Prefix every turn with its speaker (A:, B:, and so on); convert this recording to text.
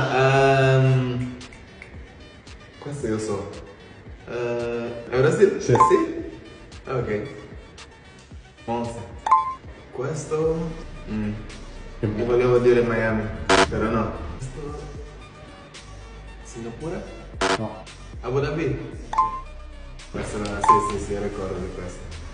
A: Ah, ehm, questo io so. Eh, è un asilo?
B: Sì.
A: Ah, Ok. Monza. Questo... Mm. Io volevo dire Miami, però no. Questo... Singapore?
B: No.
A: Abu Dhabi? Questo non... Sì, sì, sì, ricordo di questo.